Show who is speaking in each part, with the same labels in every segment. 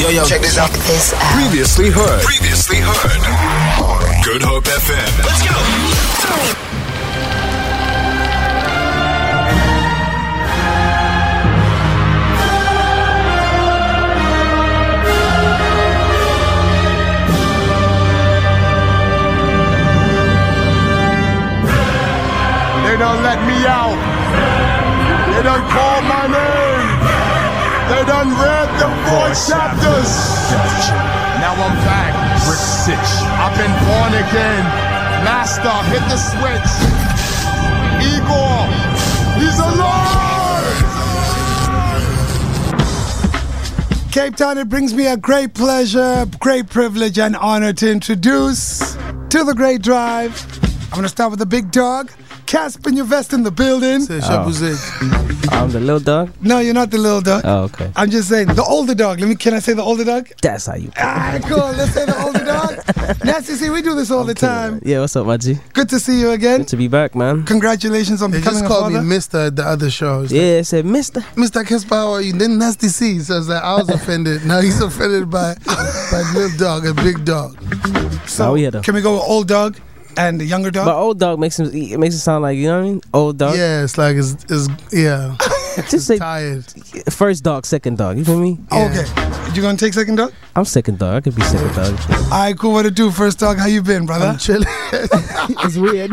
Speaker 1: Yo, yo, check this out.
Speaker 2: This out.
Speaker 3: Previously heard.
Speaker 1: Previously heard. Good Hope FM. Let's go.
Speaker 4: They don't let me out. They don't call my name. They done read the four chapters. Now I'm back. Brick six. I've been born again. Master, hit the switch. Igor, he's alive.
Speaker 5: Cape Town, it brings me a great pleasure, great privilege, and honor to introduce to the Great Drive. I'm going to start with the big dog, Casper Nuvest in the building.
Speaker 6: I'm the little dog.
Speaker 5: No, you're not the little dog.
Speaker 6: Oh, okay.
Speaker 5: I'm just saying the older dog. Let me. Can I say the older dog?
Speaker 6: That's how you.
Speaker 5: Ah, cool. Let's say the older dog. Nasty, see, we do this all the time.
Speaker 6: Yeah, what's up, my G?
Speaker 5: Good to see you again.
Speaker 6: Good to be back, man.
Speaker 5: Congratulations on
Speaker 7: They
Speaker 5: becoming
Speaker 7: just
Speaker 5: a
Speaker 7: called me
Speaker 5: father.
Speaker 7: Mister at the other show. It's like,
Speaker 6: Yeah, it said Mister.
Speaker 7: Mister Kespa, how are you? Then Nasty C. So I was like, I was offended. now he's offended by by little dog and big dog.
Speaker 5: So,
Speaker 6: Oh, yeah, though.
Speaker 5: can we go with old dog and the younger dog?
Speaker 6: But oh, old dog makes him. It makes it sound like you know what I mean. Old dog.
Speaker 7: Yeah, it's like it's, it's yeah
Speaker 6: Just say
Speaker 7: tired.
Speaker 6: first dog, second dog. You feel me?
Speaker 5: Oh. Okay. You gonna take second dog?
Speaker 6: I'm second dog. I could be second dog.
Speaker 5: All right, cool. What it do, first dog? How you been, brother?
Speaker 7: I'm chilling.
Speaker 6: it's weird.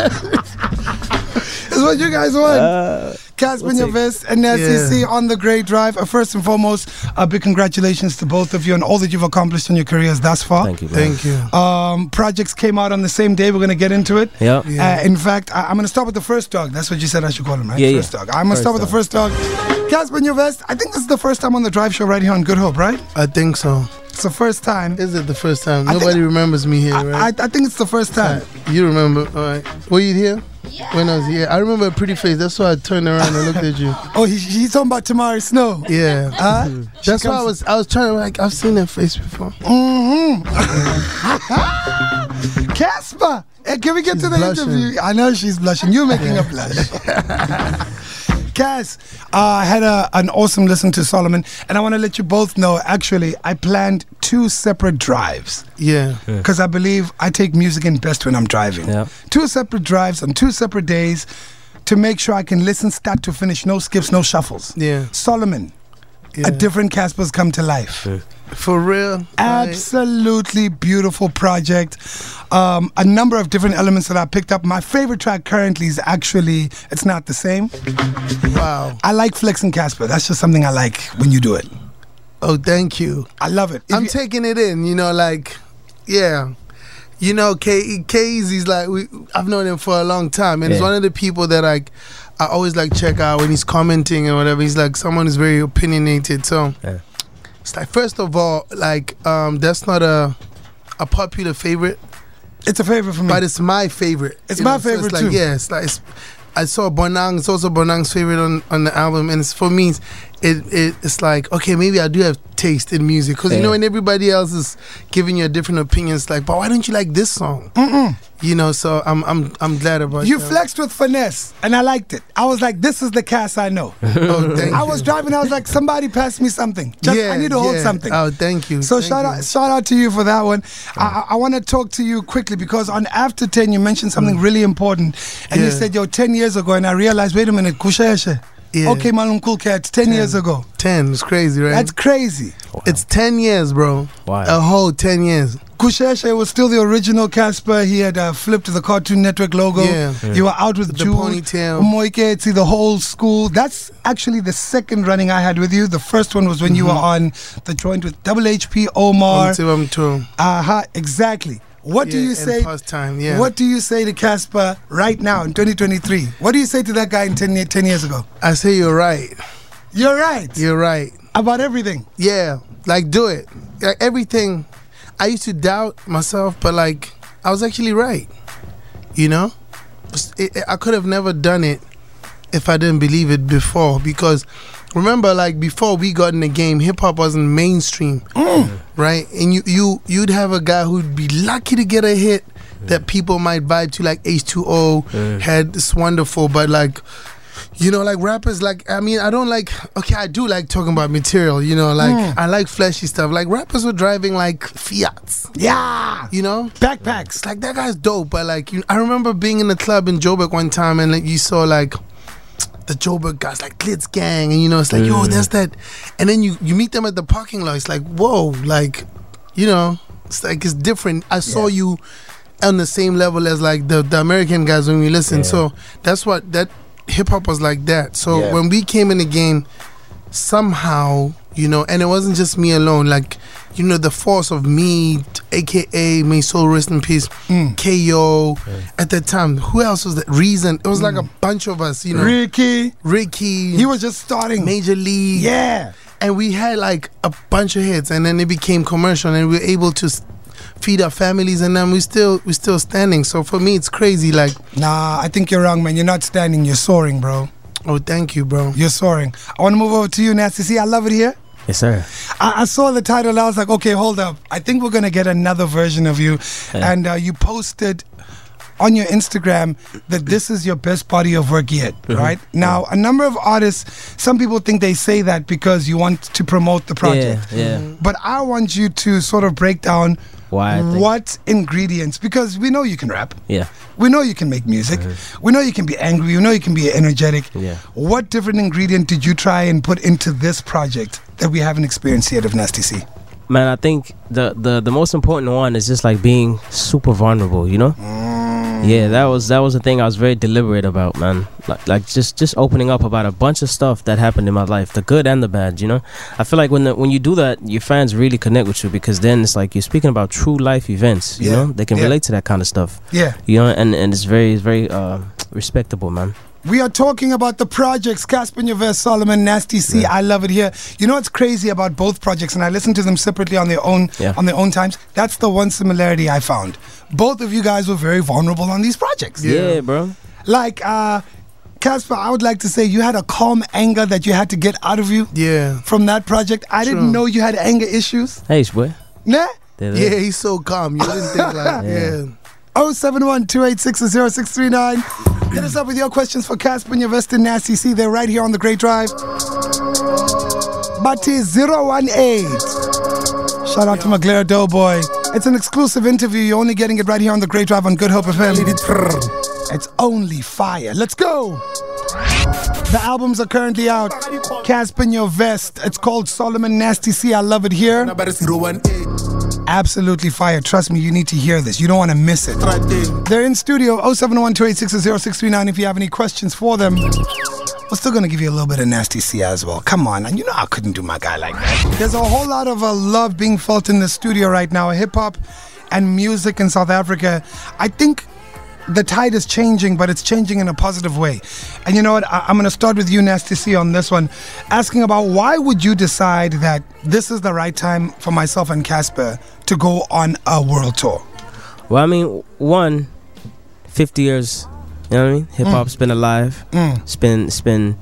Speaker 5: That's what you guys want. Casper
Speaker 6: Uh, we'll take-
Speaker 5: Neves and SCC on the Great Drive. Uh, first and foremost, a big congratulations to both of you on all that you've accomplished in your careers thus far.
Speaker 6: Thank you. Man.
Speaker 7: Thank you.
Speaker 5: Um, projects came out on the same day. We're gonna get into it.
Speaker 6: Yep.
Speaker 5: Uh, in fact, I, I'm going to start with the first dog. That's what you said I should call him, right?
Speaker 6: Yeah, yeah.
Speaker 5: first dog. I'm going to
Speaker 6: First
Speaker 5: start with the
Speaker 6: dog.
Speaker 5: first dog. Casper Neves, I think this is the first time on the drive show right here on Good Hope, right?
Speaker 7: I think so.
Speaker 5: It's the first time.
Speaker 7: Is it the first time?
Speaker 5: I think-
Speaker 7: Nobody remembers me here,
Speaker 5: I, I,
Speaker 7: right?
Speaker 5: I think it's the first time.
Speaker 7: you remember? All right. Were you here? When I was here, I remember a pretty face. That's why I turned around and looked at you.
Speaker 5: Oh, he, he's talking about Tamari Snow.
Speaker 7: Yeah.
Speaker 5: Huh?
Speaker 7: That's why I was I was trying to like I've seen that face before.
Speaker 5: Casper! Hey, can we get
Speaker 7: She's
Speaker 5: to the
Speaker 7: blushing.
Speaker 5: interview? I know she's blushing. You're making her blush. Cass, uh, I had a, an awesome listen to Solomon, and I want to let you both know actually, I planned two separate drives.
Speaker 7: Yeah.
Speaker 5: because I believe I take music in best when I'm driving.
Speaker 6: Yeah.
Speaker 5: Two separate drives on two separate days to make sure I can listen start to finish, no skips, no shuffles.
Speaker 7: Yeah.
Speaker 5: Solomon,
Speaker 7: yeah.
Speaker 5: a different Casper's come to life.
Speaker 7: For real. Like,
Speaker 5: Absolutely beautiful project. Um, a number of different elements that I picked up. My favorite track currently is actually it's not the same.
Speaker 7: wow.
Speaker 5: I like Flex and Casper. That's just something I like when you do it.
Speaker 7: Oh, thank you.
Speaker 5: I love it. If
Speaker 7: I'm
Speaker 5: you-
Speaker 7: taking it in, you know, like, yeah. You know, K K's like we I've known him for a long time and he's
Speaker 6: Yeah.
Speaker 7: one of the people that like I always like check out when he's commenting and whatever. He's like someone who's very opinionated. So
Speaker 6: Yeah.
Speaker 7: it's like first of all, like um that's not a a popular favorite,
Speaker 5: it's a favorite for me.
Speaker 7: but it's my favorite.
Speaker 5: It's
Speaker 7: you
Speaker 5: my
Speaker 7: so
Speaker 5: favorite
Speaker 7: like,
Speaker 5: too.
Speaker 7: Yeah, it's like it's, I saw Bonang. It's also Bonang's favorite on, on the album, and it's for me. It's, it, it it's like okay, maybe I do have taste in music because you
Speaker 6: Yeah.
Speaker 7: know when everybody else is giving you a different opinion, it's like, but why don't you like this song? Mm-mm. You know, so I'm I'm I'm glad about
Speaker 5: you
Speaker 7: that.
Speaker 5: flexed with finesse, and I liked it. I was like, this is the Cass I know.
Speaker 7: Oh, thank
Speaker 5: I
Speaker 7: you.
Speaker 5: was driving. I was like, somebody pass me something. Just I need to hold
Speaker 7: yeah.
Speaker 5: something.
Speaker 7: Oh, thank you.
Speaker 5: so
Speaker 7: thank
Speaker 5: shout
Speaker 7: you.
Speaker 5: out, shout out to you for that one. I, I want to talk to you quickly because on After Ten you mentioned something really important, and you
Speaker 7: Mm. Yeah.
Speaker 5: said yo ten years ago, and I realized wait a minute, kusheshe.
Speaker 7: Yeah.
Speaker 5: Okay, Malunkulkat, cat, ten years ago.
Speaker 7: Ten, it's crazy, right?
Speaker 5: That's crazy.
Speaker 7: it's ten years, bro.
Speaker 6: Wow.
Speaker 7: A whole ten years.
Speaker 5: Kusheshe was still the original Casper. He had uh, flipped the Cartoon Network logo.
Speaker 7: Yeah.
Speaker 5: You were out with
Speaker 7: The
Speaker 5: Jude,
Speaker 7: ponytail.
Speaker 5: Moike, see the whole school. That's actually the second running I had with you. The first one was when
Speaker 7: Mm-hmm.
Speaker 5: you were on the joint with Double HP Omar.
Speaker 7: Until I'm through.
Speaker 5: Aha, exactly. What do
Speaker 7: Yeah,
Speaker 5: you
Speaker 7: and
Speaker 5: say?
Speaker 7: past time, yeah.
Speaker 5: What do you say to Casper right now in 2023? What do you say to that guy in 10, year, 10 years ago?
Speaker 7: I say you're right.
Speaker 5: You're right
Speaker 7: You're right.
Speaker 5: about everything.
Speaker 7: Yeah, like do it. Like everything. I used to doubt myself, but like I was actually right. You know, It's- it- it- I could have never done it if I didn't believe it before. Because remember, like before we got in the game, hip hop wasn't mainstream, right? And you you you'd have a guy who'd be lucky to get a hit that people might vibe to, like H two O had this wonderful, but like you know, like rappers, like I mean, I don't like. Okay, I do like talking about material. You know, like I like flashy stuff. Like rappers were driving like Fiats.
Speaker 5: Yeah.
Speaker 7: You know,
Speaker 5: Backpacks.
Speaker 7: it's like that guy's dope. But like, you, I remember being in the club in Joburg one time, and like you saw like the Joburg guys, like Glitz Gang, and you know, it's like, yo, that's that. And then you you meet them at the parking lot. It's like, whoa, like, you know, it's like it's different. I saw you on the same level as like the the American guys when we listen. So that's what that hip hop was like that. So
Speaker 2: Yeah.
Speaker 7: when we came in the game, somehow, you know, and it wasn't just me alone. Like, you know, the force of me, aka May Soul Rest in Peace, KO. At that time, who else was that? Reason. It was like a bunch of us, you know.
Speaker 5: Ricky.
Speaker 7: Ricky,
Speaker 5: He was just starting.
Speaker 7: Major League.
Speaker 5: Yeah.
Speaker 7: And we had like a bunch of hits, and then it became commercial, and we were able to s- feed our families, and then we still we still standing. So for me, it's crazy. Like,
Speaker 5: Nah, I think you're wrong, man. You're not standing. You're soaring, bro.
Speaker 7: oh, thank you, bro.
Speaker 5: You're soaring. I want to move over to you, Nasty. See, I love it here.
Speaker 6: Yes, sir.
Speaker 5: I, I saw the title. I was like, okay, hold up. I think we're gonna get another version of you. And uh, you posted on your Instagram that this is your best body of work yet.
Speaker 6: Mm-hmm.
Speaker 5: Right now, a number of artists. Some people think they say that because you want to promote the project.
Speaker 6: Yeah, yeah.
Speaker 5: But I want you to sort of break down
Speaker 6: Why I think-
Speaker 5: what ingredients because we know you can rap.
Speaker 6: Yeah.
Speaker 5: We know you can make music. We know you can be angry. We know you can be energetic.
Speaker 6: Mm-hmm. Yeah.
Speaker 5: What different ingredient did you try and put into this project that we haven't experienced yet of Nasty C?
Speaker 6: Man, I think the, the the most important one is just like being super vulnerable, you know?
Speaker 5: Mm.
Speaker 6: Yeah, that was that was the thing I was very deliberate about, man. Like like just just opening up about a bunch of stuff that happened in my life, the good and the bad, you know? I feel like when the, when you do that, your fans really connect with you because then it's like you're speaking about true life events, you
Speaker 5: Yeah,
Speaker 6: know? They can
Speaker 5: yeah.
Speaker 6: relate to that kind of stuff.
Speaker 5: Yeah.
Speaker 6: You know, and and it's very it's very uh respectable, man.
Speaker 5: We are talking about the projects, Casper Nyverse, Solomon, Nasty C. I love it here. You know what's crazy about both projects, and I listened to them separately on their own
Speaker 6: Yeah.
Speaker 5: on their own times. That's the one similarity I found. Both of you guys were very vulnerable on these projects.
Speaker 6: Yeah, bro.
Speaker 5: Like uh Casper, I would like to say you had a calm anger that you had to get out of you
Speaker 7: Yeah,
Speaker 5: from that project. I didn't
Speaker 7: True.
Speaker 5: know you had anger issues.
Speaker 6: Hey, boy.
Speaker 5: Nah.
Speaker 6: They're
Speaker 7: yeah,
Speaker 6: there.
Speaker 7: he's so calm. You didn't think like, yeah.
Speaker 5: 071 Hit us up with your questions for Casper Nyvest and Nasty C. They're right here on the Great Drive. Bati 018. Shout out to Maglera Doughboy. It's an exclusive interview. You're only getting it right here on the Great Drive on Good Hope FM. It's only fire. Let's go. The albums are currently out. Casper Nyvest. It's called Solomon Nasty C. I love it here. absolutely fire. Trust me, you need to hear this. You don't want to miss it. They're in studio 071 if you have any questions for them. We're still going to give you a little bit of nasty C as well. Come on. And you know I couldn't do my guy like that. There's a whole lot of uh, love being felt in the studio right now. Hip hop and music in South Africa. I think the tide is changing, but it's changing in a positive way. And you know what? I- I'm going to start with you, Nasty C, on this one, asking about why would you decide that this is the right time for myself and Casper to go on a world tour?
Speaker 6: Well, I mean, one, 50 years, you know what I mean? Hip hop's been alive, it's been, it's been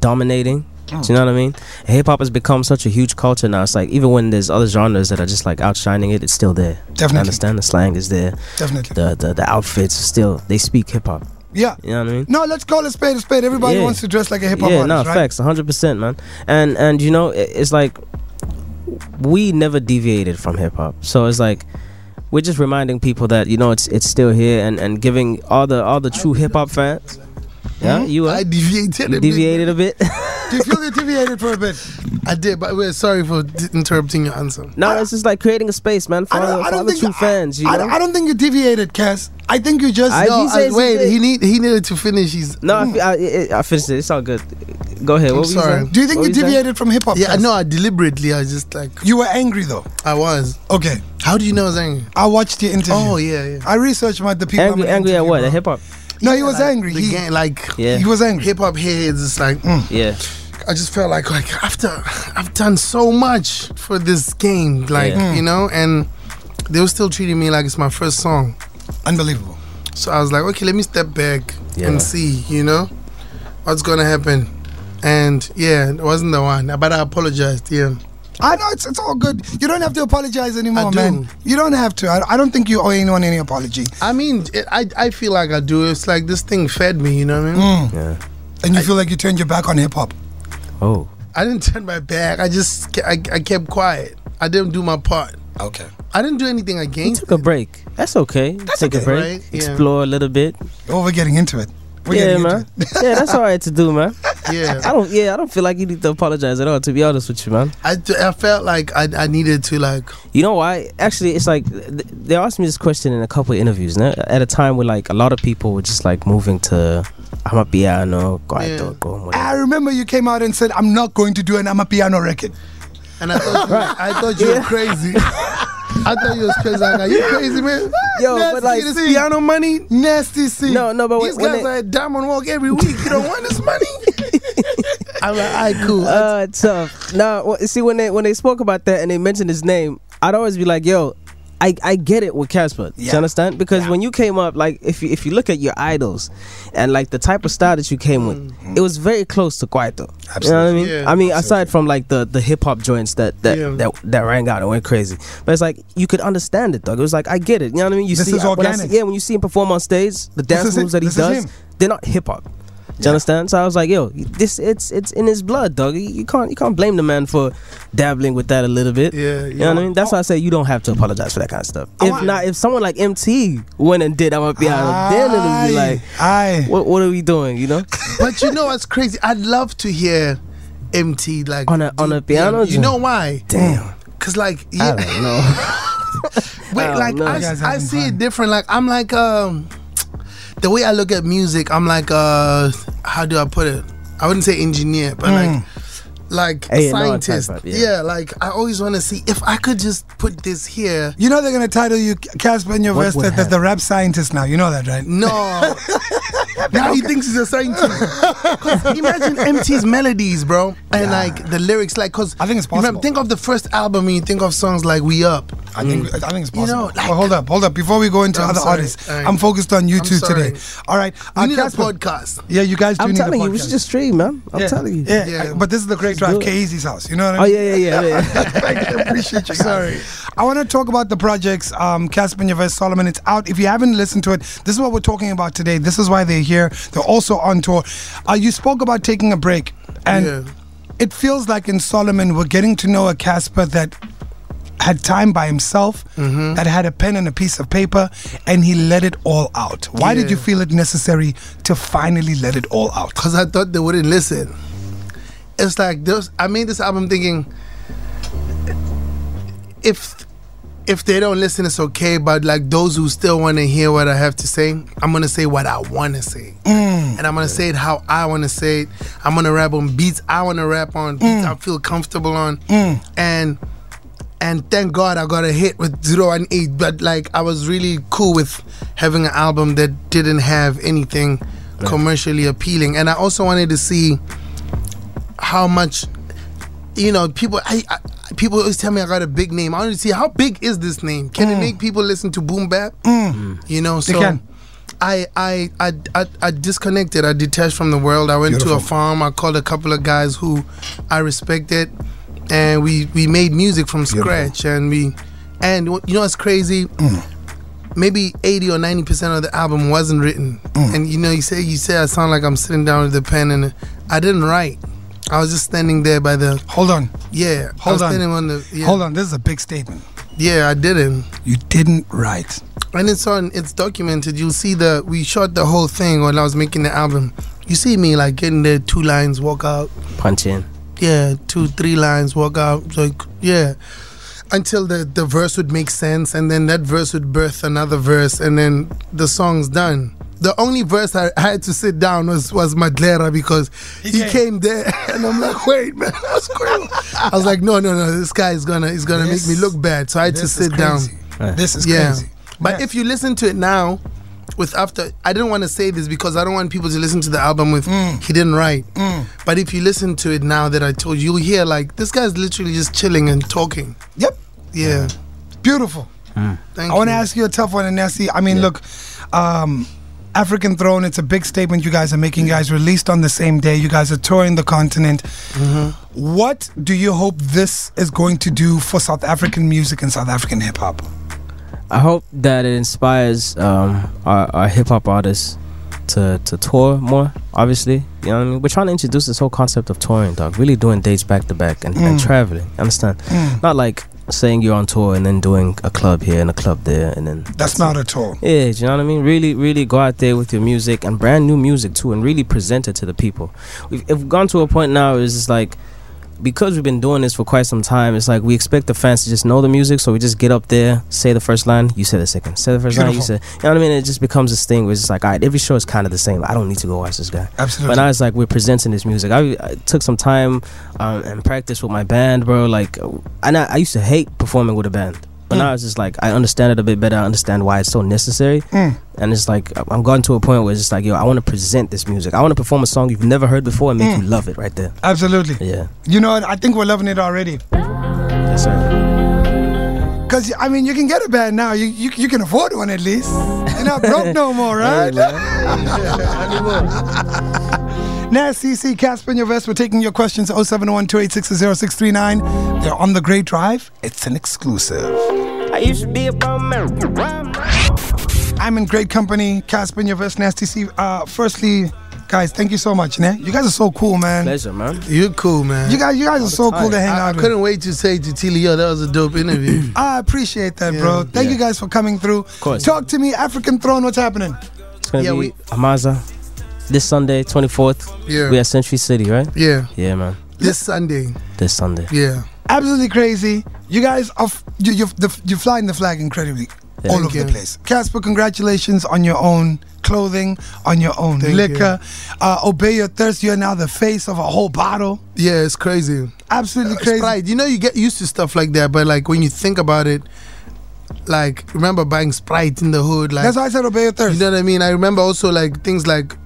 Speaker 6: dominating. Do you know what I mean? Hip hop has become such a huge culture now. It's like even when there's other genres that are just like outshining it, it's still there.
Speaker 5: Definitely.
Speaker 6: I understand the slang is there.
Speaker 5: Definitely.
Speaker 6: The the, the outfits still they speak hip hop.
Speaker 5: Yeah.
Speaker 6: You know what I mean?
Speaker 5: No, let's call it spade a spade. Everybody
Speaker 6: Yeah.
Speaker 5: wants to dress like a hip hop
Speaker 6: yeah,
Speaker 5: artist,
Speaker 6: no,
Speaker 5: right?
Speaker 6: facts, 100%, man. And and you know, it, it's like we never deviated from hip hop. So it's like we're just reminding people that you know it's it's still here and and giving all the all the true hip hop fans.
Speaker 5: Hmm?
Speaker 6: Yeah, you
Speaker 7: I
Speaker 6: are.
Speaker 7: deviated.
Speaker 6: You
Speaker 7: a bit.
Speaker 6: deviated a bit.
Speaker 5: Do you feel you deviated for a bit?
Speaker 7: I did, but we're sorry for d- interrupting your answer.
Speaker 6: no, it's just like creating a space, man, for,
Speaker 5: I
Speaker 6: all
Speaker 5: don't,
Speaker 6: the-
Speaker 5: I
Speaker 6: for all
Speaker 5: don't
Speaker 6: the
Speaker 5: think
Speaker 6: true fans. You know?
Speaker 5: I, don't- I don't think you deviated, Cass. I think you just
Speaker 6: I-
Speaker 7: No,
Speaker 6: he says he
Speaker 7: wait.
Speaker 6: did.
Speaker 7: He need he needed to finish his.
Speaker 6: no,
Speaker 5: Hmm.
Speaker 6: I, fe- I, it- I finished it. It's all good. Go ahead. What were
Speaker 7: sorry.
Speaker 6: You saying?
Speaker 5: Do you think
Speaker 6: What
Speaker 5: you
Speaker 6: were saying?
Speaker 5: deviated from hip hop?
Speaker 7: Yeah,
Speaker 5: Cass?
Speaker 7: no, I deliberately. I just like
Speaker 5: You were angry though.
Speaker 7: I was.
Speaker 5: Okay.
Speaker 7: How do you know I was angry?
Speaker 5: I watched your interview.
Speaker 7: Oh yeah, yeah.
Speaker 5: I researched about the people. I'm
Speaker 6: Angry,
Speaker 5: gonna
Speaker 6: angry at
Speaker 5: interview,
Speaker 6: what?
Speaker 5: bro.
Speaker 6: At hip hop.
Speaker 5: No, he was angry.
Speaker 7: The
Speaker 5: He,
Speaker 7: gang, like
Speaker 6: Yeah.
Speaker 5: he was angry.
Speaker 7: hip hop heads. It's like mm,
Speaker 6: Yeah.
Speaker 7: I just felt like like after I've done so much for this game, like
Speaker 6: Yeah.
Speaker 7: you know, and they were still treating me like it's my first song.
Speaker 5: Unbelievable.
Speaker 7: So I was like, okay, let me step back
Speaker 6: Yeah.
Speaker 7: and see, you know, what's gonna happen. And yeah, it wasn't the one. But I apologized. Yeah,
Speaker 5: I know it's, it's all good. You don't have to apologize anymore,
Speaker 7: I do.
Speaker 5: man. You don't have to. I, I don't think you owe anyone any apology.
Speaker 6: Mm.
Speaker 5: Hmm.
Speaker 7: I mean, it, I I feel like I do. It's like this thing fed me. You know what I mean?
Speaker 6: Yeah.
Speaker 5: And you feel like you turned your back on hip hop?
Speaker 6: Oh.
Speaker 7: I didn't turn my back. I just ke- I, I kept quiet. I didn't do my part.
Speaker 5: Okay.
Speaker 7: I didn't do anything
Speaker 6: You
Speaker 7: against
Speaker 6: took a break. That's okay. Take
Speaker 5: okay.
Speaker 6: a break.
Speaker 7: Right, yeah.
Speaker 6: Explore a little bit.
Speaker 5: Oh, we're getting into it. We're
Speaker 6: yeah,
Speaker 5: getting
Speaker 6: man.
Speaker 5: into
Speaker 6: yeah, that's all right to do, man.
Speaker 7: it.
Speaker 6: I
Speaker 7: Yeah.
Speaker 6: don't. Yeah, I don't feel like you need to apologize at all. To be honest with you, man.
Speaker 7: I, th- I felt like I, I needed to like
Speaker 6: You know why? Actually, it's like th- they asked me this question in a couple of interviews. Né? At a time where like a lot of people were just like moving to Amapiano, Guaido,
Speaker 7: Yeah. Ah,
Speaker 5: it. I remember you came out and said, I'm not going to do an Amapiano piano record.
Speaker 7: and I thought you, I thought you were crazy. I thought you was crazy. Like, are you crazy, man?
Speaker 6: Yo,
Speaker 7: Nasty,
Speaker 6: but like,
Speaker 7: this piano money, nasty scene.
Speaker 6: No, no, but
Speaker 7: these
Speaker 6: when- when
Speaker 7: guys
Speaker 6: they-
Speaker 7: are at Diamond Walk every week. You don't want this money. I'm like, all right, cool.
Speaker 6: uh, tough. Nah, well, see when they when they spoke about that and they mentioned his name, I'd always be like, yo. I, I get it with Casper. Do
Speaker 5: Yeah.
Speaker 6: you understand? Because when you came up, like if you, if you look at your idols, and like the type of style that you came with, it was very close to Kwaito. You know what I
Speaker 5: Absolutely.
Speaker 6: mean?
Speaker 7: Yeah.
Speaker 6: I mean, aside from like the, the hip hop joints that that,
Speaker 7: Yeah.
Speaker 6: that that rang out and went crazy, but it's like you could understand it, dog. It was like I get it. You know what I mean? You
Speaker 5: This
Speaker 6: see,
Speaker 5: is
Speaker 6: when I see-
Speaker 5: organic.
Speaker 6: yeah, when you see him perform on stage, the dance
Speaker 5: is it.
Speaker 6: moves that he
Speaker 5: This is
Speaker 6: does,
Speaker 5: him.
Speaker 6: they're not hip hop. Do you understand? So I was like, yo, this it's it's in his blood, dog. You- You can't you can't blame the man for dabbling with that a little bit.
Speaker 7: Yeah,
Speaker 6: You know what I mean? That's why I say you don't have to apologize for that kind of stuff. If
Speaker 5: want-
Speaker 6: not, if someone like MT went and did, I'm gonna be out of then it'll be like,
Speaker 5: Aye.
Speaker 6: what what are we doing? You know?
Speaker 7: But you know what's crazy? I'd love to hear MT like
Speaker 6: On a- on a
Speaker 7: do-
Speaker 6: piano
Speaker 7: You
Speaker 6: jam.
Speaker 7: know why?
Speaker 6: Damn.
Speaker 7: Cause like
Speaker 6: I
Speaker 7: yeah,
Speaker 6: don't know.
Speaker 7: wait,
Speaker 6: don't
Speaker 7: like
Speaker 6: know.
Speaker 7: I,
Speaker 6: You
Speaker 5: guys
Speaker 7: I
Speaker 5: having
Speaker 7: see
Speaker 5: fun.
Speaker 7: it different. Like I'm like um, the way I look at music, I'm like uh, how do I put it? I wouldn't say engineer, but
Speaker 6: Hmm.
Speaker 7: like like
Speaker 6: A&R type
Speaker 7: scientist.
Speaker 6: of, yeah.
Speaker 7: yeah. like I always want to see if I could just put this here.
Speaker 5: You know they're going to title you Casper and your
Speaker 6: What
Speaker 5: verse
Speaker 6: would Mm.
Speaker 5: that as the rap scientist now. You know that, right?
Speaker 7: No, now he thinks he's a scientist. 'Cause imagine MT's melodies, bro, and like the lyrics, like cause
Speaker 5: I think it's
Speaker 7: remember,
Speaker 5: possible.
Speaker 7: think of the first album, and you think of songs like "We Up."
Speaker 5: I think I think it's
Speaker 7: You
Speaker 5: possible.
Speaker 7: know, like-
Speaker 5: oh, hold up, hold up. Before we go into
Speaker 7: I'm
Speaker 5: other
Speaker 7: sorry.
Speaker 5: artists,
Speaker 7: All right.
Speaker 5: I'm focused on you
Speaker 7: I'm
Speaker 5: two
Speaker 7: sorry.
Speaker 5: today. All right,
Speaker 7: We
Speaker 5: uh,
Speaker 7: need a
Speaker 5: Casper-
Speaker 7: podcast.
Speaker 5: Yeah, you guys. Do
Speaker 6: I'm
Speaker 5: need
Speaker 6: telling
Speaker 5: a
Speaker 6: you, we
Speaker 5: podcast.
Speaker 6: should just stream, man. I'm
Speaker 5: Yeah.
Speaker 6: telling you.
Speaker 5: Yeah,
Speaker 7: Yeah.
Speaker 5: but this is the great drive, Casey's house. You know what I
Speaker 6: Oh
Speaker 5: mean?
Speaker 6: yeah, yeah, yeah. yeah.
Speaker 5: I appreciate you. Sorry. I want to talk about the projects, um, Casper Nieves Solomon. It's out. If you haven't listened to it, this is what we're talking about today. This is why they're here. They're also on tour. Uh, you spoke about taking a break, and
Speaker 7: Yeah.
Speaker 5: it feels like in Solomon, we're getting to know a Casper that had time by himself,
Speaker 7: Mm-hmm.
Speaker 5: that had a pen and a piece of paper, and he let it all out. Why did
Speaker 7: Yeah.
Speaker 5: you feel it necessary to finally let it all out?
Speaker 7: because I thought they wouldn't listen. It's like those. I made this album thinking if if they don't listen, it's okay. But like those who still want to hear what I have to say, I'm gonna say what I want to say, and I'm gonna say it how I want to say it. I'm gonna rap on beats I want to rap on, beats I feel comfortable on, and and thank God I got a hit with zero and eight. But like I was really cool with having an album that didn't have anything commercially appealing, and I also wanted to see how much you know people I, I people always tell me I got a big name. I want to see how big is this name? Can it make people listen to boom bap? You know, so
Speaker 5: can.
Speaker 7: I, I I I I disconnected. I detached from the world. I went to a farm. I called a couple of guys who I respected, and we we made music from scratch. And we and wh- you know what's crazy? Maybe eighty or ninety percent of the album wasn't written.
Speaker 5: Mm.
Speaker 7: And you know, you say you say I sound like I'm sitting down with the pen, and I didn't write. I was just standing there by the
Speaker 5: Hold on,
Speaker 7: yeah. I
Speaker 5: Hold
Speaker 7: was
Speaker 5: on.
Speaker 7: Standing on the, yeah,
Speaker 5: hold on. This is a big statement.
Speaker 7: Yeah, I didn't.
Speaker 5: You didn't write.
Speaker 7: And it's on. It's documented. You'll see the we shot the whole thing when I was making the album. You see me like getting there, two lines, walk out.
Speaker 6: Punch in.
Speaker 7: Yeah, two, three lines, walk out. Like yeah, until the the verse would make sense, and then that verse would birth another verse, and then the song's done. The only verse I, I had to sit down was was Madlera because he,
Speaker 5: came.
Speaker 7: came. there, and I'm like, wait, man, that's crazy. I was like, no, no, no, this guy is gonna is gonna
Speaker 5: This-
Speaker 7: make me look bad, so I had to
Speaker 5: This is
Speaker 7: sit down.
Speaker 5: crazy. This is crazy.
Speaker 7: But if you listen to it now, with after, I didn't want to say this because I don't want people to listen to the album with
Speaker 5: Mm.
Speaker 7: he didn't write. But if you listen to it now that I told you, you'll hear like this guy's literally just chilling and talking.
Speaker 5: Yep.
Speaker 7: Yeah.
Speaker 5: Beautiful.
Speaker 7: Thank
Speaker 5: I want to
Speaker 7: you.
Speaker 5: ask you a tough one, and Nessie. I mean, look, um, African Throne, it's a big statement you guys are making. You guys released on the same day. You guys are touring the continent. What do you hope this is going to do for South African music and South African hip hop?
Speaker 6: I hope that it inspires um, our, our hip hop artists to to tour more. Obviously, you know what I mean. We're trying to introduce this whole concept of touring, dog. Really doing dates back to back and, and traveling. You Understand?
Speaker 5: Hmm.
Speaker 6: Not like saying you're on tour and then doing a club here and a club there and then
Speaker 5: That's not at all.
Speaker 6: yeah, do you know what I mean? Really, really go out there with your music and brand new music too, and really present it to the people. We've, if we've gone to a point now, it's just like because we've been doing this for quite some time, it's like we expect the fans to just know the music, so we just get up there, say the first line, you say the second, say the first line, you say, you know what I mean? It just becomes this thing where it's just like, all right, every show is kind of the same. I don't need to go watch this guy.
Speaker 5: Absolutely.
Speaker 6: But now it's like we're presenting this music. I, I took some time um, and practice with my band, bro. Like, and I, I used to hate performing with a band,
Speaker 7: Mm.
Speaker 6: but now it's just like I understand it a bit better. I understand why it's so necessary,
Speaker 7: Mm.
Speaker 6: and it's like I- I'm gotten to a point where it's just like, yo, I want to present this music. I want to perform a song you've never heard before and
Speaker 7: Mm.
Speaker 6: make you love it right there.
Speaker 5: Absolutely.
Speaker 6: Yeah,
Speaker 5: You know what? I think we're loving it already.
Speaker 6: yes sir.
Speaker 5: Cause I mean, you can get a band now. You you, you can afford one at least. You're not broke no more,
Speaker 6: Hey,
Speaker 5: right?
Speaker 6: man.
Speaker 5: Now, CC, Casper, and your vest. We're taking your questions 071 286 They're on the Great Drive. It's an exclusive.
Speaker 6: I used to be a bum.
Speaker 5: I'm in great company. Casper, and your vest, Nasty C. Uh, firstly, guys, thank you so much, man. You guys are so cool, man.
Speaker 6: Pleasure, man.
Speaker 7: You're cool, man.
Speaker 5: You guys, you guys are so cool to hang
Speaker 7: I, I
Speaker 5: out with.
Speaker 7: couldn't wait to say to Tilly, yo, that was a dope interview.
Speaker 5: I appreciate that, bro. Thank you guys for coming through. Of
Speaker 6: course.
Speaker 5: Talk to me, African Throne. What's happening?
Speaker 6: It's gonna
Speaker 7: Yeah,
Speaker 6: be
Speaker 7: we-
Speaker 6: Amaza this Sunday, 24th.
Speaker 7: Yeah.
Speaker 6: we at Century City, right?
Speaker 7: yeah,
Speaker 6: Yeah, man.
Speaker 7: this Sunday.
Speaker 6: This Sunday.
Speaker 7: Yeah,
Speaker 5: Absolutely crazy. You guys are f- you, you're, the, you're flying the flag incredibly all
Speaker 7: Thank
Speaker 5: over
Speaker 7: you.
Speaker 5: the place. Casper, congratulations on your own clothing, on your own
Speaker 7: Thank
Speaker 5: liquor. Uh, obey your thirst. You're now the face of a whole bottle.
Speaker 7: yeah, it's crazy.
Speaker 5: Absolutely
Speaker 7: It's
Speaker 5: crazy.
Speaker 7: Uh, Sprite. You know, you get used to stuff like that, but like when you think about it, like remember buying Sprite in the hood, like
Speaker 5: That's why I said obey your thirst.
Speaker 7: you know what I mean. I remember also like things like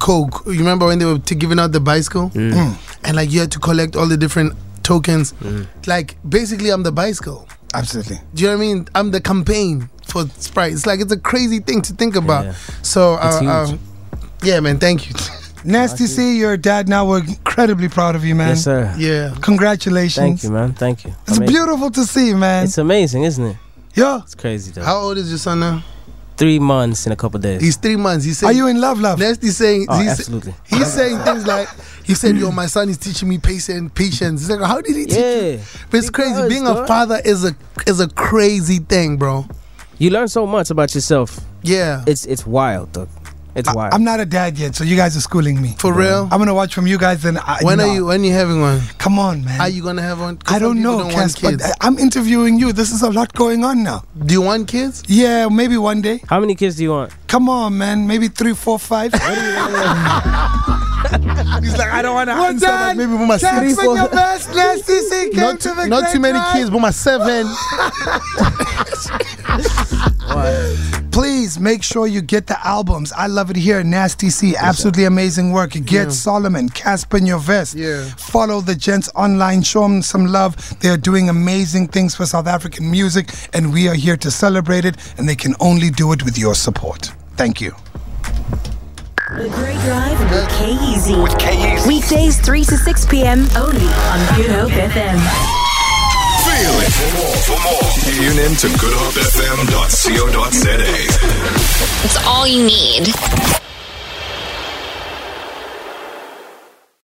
Speaker 7: Coke. You remember when they were t- giving out the bicycle,
Speaker 6: Mm.
Speaker 5: Mm.
Speaker 7: and like you had to collect all the different tokens.
Speaker 6: Mm.
Speaker 7: Like basically, I'm the bicycle.
Speaker 5: Absolutely.
Speaker 7: Do you know what I mean? I'm the campaign for Sprite. It's like it's a crazy thing to think about.
Speaker 6: Yeah.
Speaker 7: So, uh,
Speaker 6: huge.
Speaker 7: uh, yeah, man. Thank you.
Speaker 5: Nasty C, you're a dad now. We're incredibly proud of you, man.
Speaker 6: Yes, sir.
Speaker 7: yeah.
Speaker 5: Congratulations.
Speaker 6: Thank you, man. Thank you.
Speaker 5: It's
Speaker 6: Amazing.
Speaker 5: beautiful to see, man.
Speaker 6: It's amazing, isn't it?
Speaker 5: Yo,
Speaker 6: It's crazy though.
Speaker 7: How old is your son now?
Speaker 6: Three months in a couple days.
Speaker 7: He's three months. He said.
Speaker 5: are you in love, love?
Speaker 7: Next, he's saying
Speaker 6: Oh,
Speaker 7: he's,
Speaker 6: absolutely.
Speaker 7: he's saying things like he said, "Yo, my son is teaching me patience. Patience." It's like, how did he teach? you?
Speaker 6: yeah,
Speaker 7: But it's crazy.
Speaker 6: does,
Speaker 7: Being a
Speaker 6: dog.
Speaker 7: father is a is a crazy thing, bro.
Speaker 6: you learn so much about yourself.
Speaker 7: Yeah,
Speaker 6: It's it's wild, though. It's wild.
Speaker 5: I'm not a dad yet, so you guys are schooling me.
Speaker 7: for real.
Speaker 5: I'm gonna watch from you guys. Then I,
Speaker 7: when
Speaker 5: no.
Speaker 7: are you when you having one?
Speaker 5: Come on, man.
Speaker 7: Are you gonna have one? 'Cause
Speaker 5: I
Speaker 7: some
Speaker 5: don't
Speaker 7: people
Speaker 5: know,
Speaker 7: want
Speaker 5: Cas, but
Speaker 7: kids.
Speaker 5: I- I'm interviewing you. This is a lot going on now.
Speaker 7: Do you want kids?
Speaker 5: Yeah, maybe one day.
Speaker 6: How many kids do you want?
Speaker 5: Come on, man. Maybe three, four, five.
Speaker 7: He's like, I don't want to
Speaker 5: One time,
Speaker 7: Maybe with my
Speaker 5: Cas,
Speaker 7: six.
Speaker 5: with your best last CC came
Speaker 7: Not,
Speaker 5: to
Speaker 7: too-
Speaker 5: the
Speaker 7: not
Speaker 5: great
Speaker 7: too many
Speaker 5: drive.
Speaker 7: kids, but my seven.
Speaker 5: Please make sure you get the albums. I love it here. Nasty C, absolutely amazing work. Get Solomon, Casper in your vest.
Speaker 7: Yeah.
Speaker 5: Follow the gents online. Show them some love. They are doing amazing things for South African music, and we are here to celebrate it. And they can only do it with your support. Thank you.
Speaker 2: The Great Drive with K-Eazy.
Speaker 1: With KEZ.
Speaker 2: Weekdays 3 to 6 p.m. only on Good Hope FM.
Speaker 1: Feel it. For more, for more, tune in to goodhopefm.co.za.
Speaker 3: It's all you need.